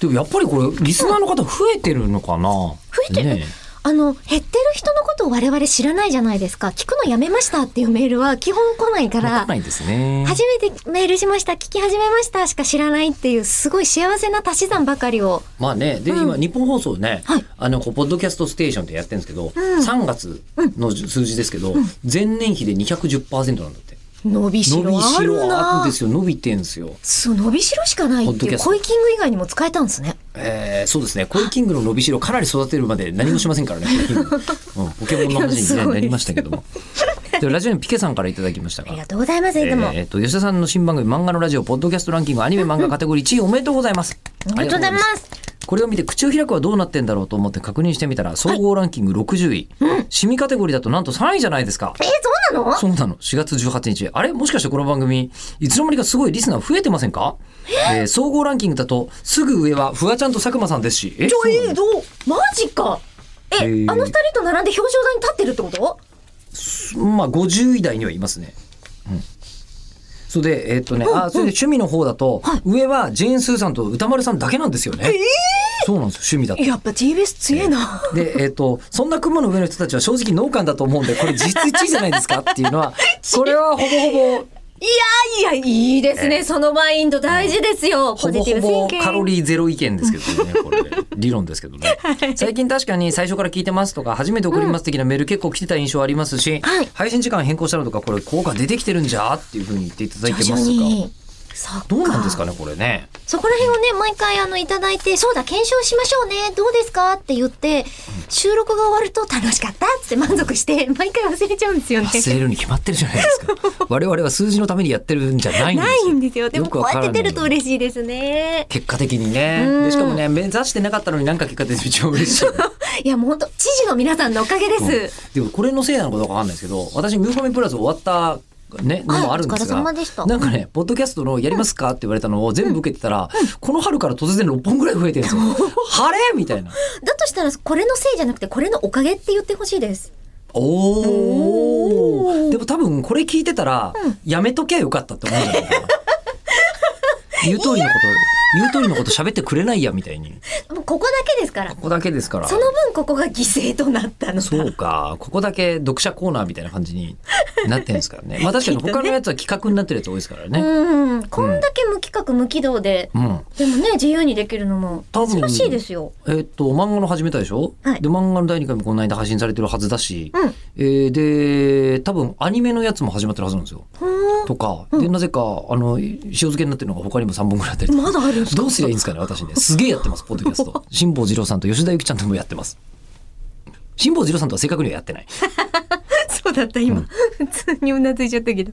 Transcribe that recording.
でもやっぱりこれリスナーの方増えてるのかな増えてるあの、減ってる人のことを我々知らないじゃないですか。聞くのやめましたっていうメールは基本来ないか、わからないですね初めてメールしました、聞き始めましたしか知らないっていう、すごい幸せな足し算ばかりを。まあね、で、うん今、日本放送ね、はいあの、こうポッドキャストステーションってやってるんですけど、うん3月の数字ですけど、前年比で210%なんだって。伸びし伸びろあしるろあるんなですよ、伸びてんですよ。そう、伸びしろしかないっポてッドいキャう、ストコイキング以外にも使えたんですね。えー、そうですね、コイキングの伸びしろかなり育てるまで何もしませんから ね、コイキング。うん、ポケモンの話に、いやすね、ごいなりましたけども。でラジオにピケさんからいただきましたあがりが。とうございます、えでも。ー、と吉田さんの新番組「漫画のラジオ」ポッドキャストランキングアニメ漫画カテゴリー1位おめでとうございます。ありがとうございま。ありがとうございますこれを見て口を開くはどうなってんだろうと思って確認してみたら総合ランキング60位、シミカテゴリーだとなんと3位じゃないですか。えー、そうなのそうなの4月18日あれもしかしてこの番組いつの間にかすごいリスナー増えてませんか、えー総合ランキングだとすぐ上はフワちゃんと佐久間さんですしえちょ、そうなえのー、どうマジかえ、へーあの二人と並んで表彰台に立ってるってことまあ50位台にはいますね。うん、それでえーっとね、あそれで趣味の方だと、上はジェーンスーさんと歌丸さんだけなんですよね。そうなんですよ趣味だと。やっぱ TBS 強えな。でえーっとそんな雲の上の人たちは正直農家だと思うんでこれ実質1位じゃない ですかっていうのはこれはほぼほぼいやいや、いいですね。そのマインド大事ですよ。ほポジぼテほィブシンぼキカロリーゼロ意見ですけどね、こ れ。理論ですけどね。最近確かに最初から聞いてますとか、初めて送ります的なメール結構来てた印象ありますし、はい配信時間変更したのとか、これ効果出てきてるんじゃっていうふうに言っていただいてますが、そっかどうなんですかね、これね。そこら辺をね、毎回あの、いただいて、そうだ、検証しましょうね。どうですかって言って、収録が終わると楽しかったっつって満足して、 毎回忘れちゃうんですよね。忘れるに決まってるじゃないです か。我々は数字のためにやってるんじゃないんでなすいよ。んですよ。でもよくこわうかやらっないて出ると嬉しいですね。 結果的にね。うんでしかもね、目指してなかったのになんか結果出て一番嬉しい。 いや、もう本当知事の皆さんのおかげです。でもこれのせいなのかどうかわかんないですけど、私、ミューコミプラス終わった、ね、のもあるんですお疲れが、様でしたなんかね、ポッドキャストのやりますかって言われたのを全部受けてたら、この春から突然6本ぐらい増えてるんです よ。晴れみたいな。だとしたら、これのせいじゃなくて、これのおかげって言ってほしいです。おおー。ーでも多分これ聞いてたら、やめときゃよかったって思うんだよな言う通りのこと、言う通りのこと喋ってくれないや、みたいに。もうここだけですからこ。こだけですからそ。の分ここが犠牲となったのだ。そうか。ここだけ読者コーナーみたいな感じになってるんですからね。まあ確かに他のやつは企画になってるやつ多いですからね。うん、こんだけ無企画無軌道で、うん。でもね自由にできるのも多分珍しいですよ。えっと、漫画の始めたでしょ、はいで、漫画の第2回もこの間配信されてるはずだし、うんえーで、多分アニメのやつも始まってるはずなんですよ。とか、で、なぜか、あの、塩漬けになってるのが他にも3本ぐらいあったりとかまだあるんですか。 どうすりゃいいんですかね、私ね。すげえやってます、ポッドキャスト。辛坊二郎さんと吉田ゆきちゃんともやってます。辛坊二郎さんとは正確にはやってない。そうだった今、普通にうなずいちゃったけど。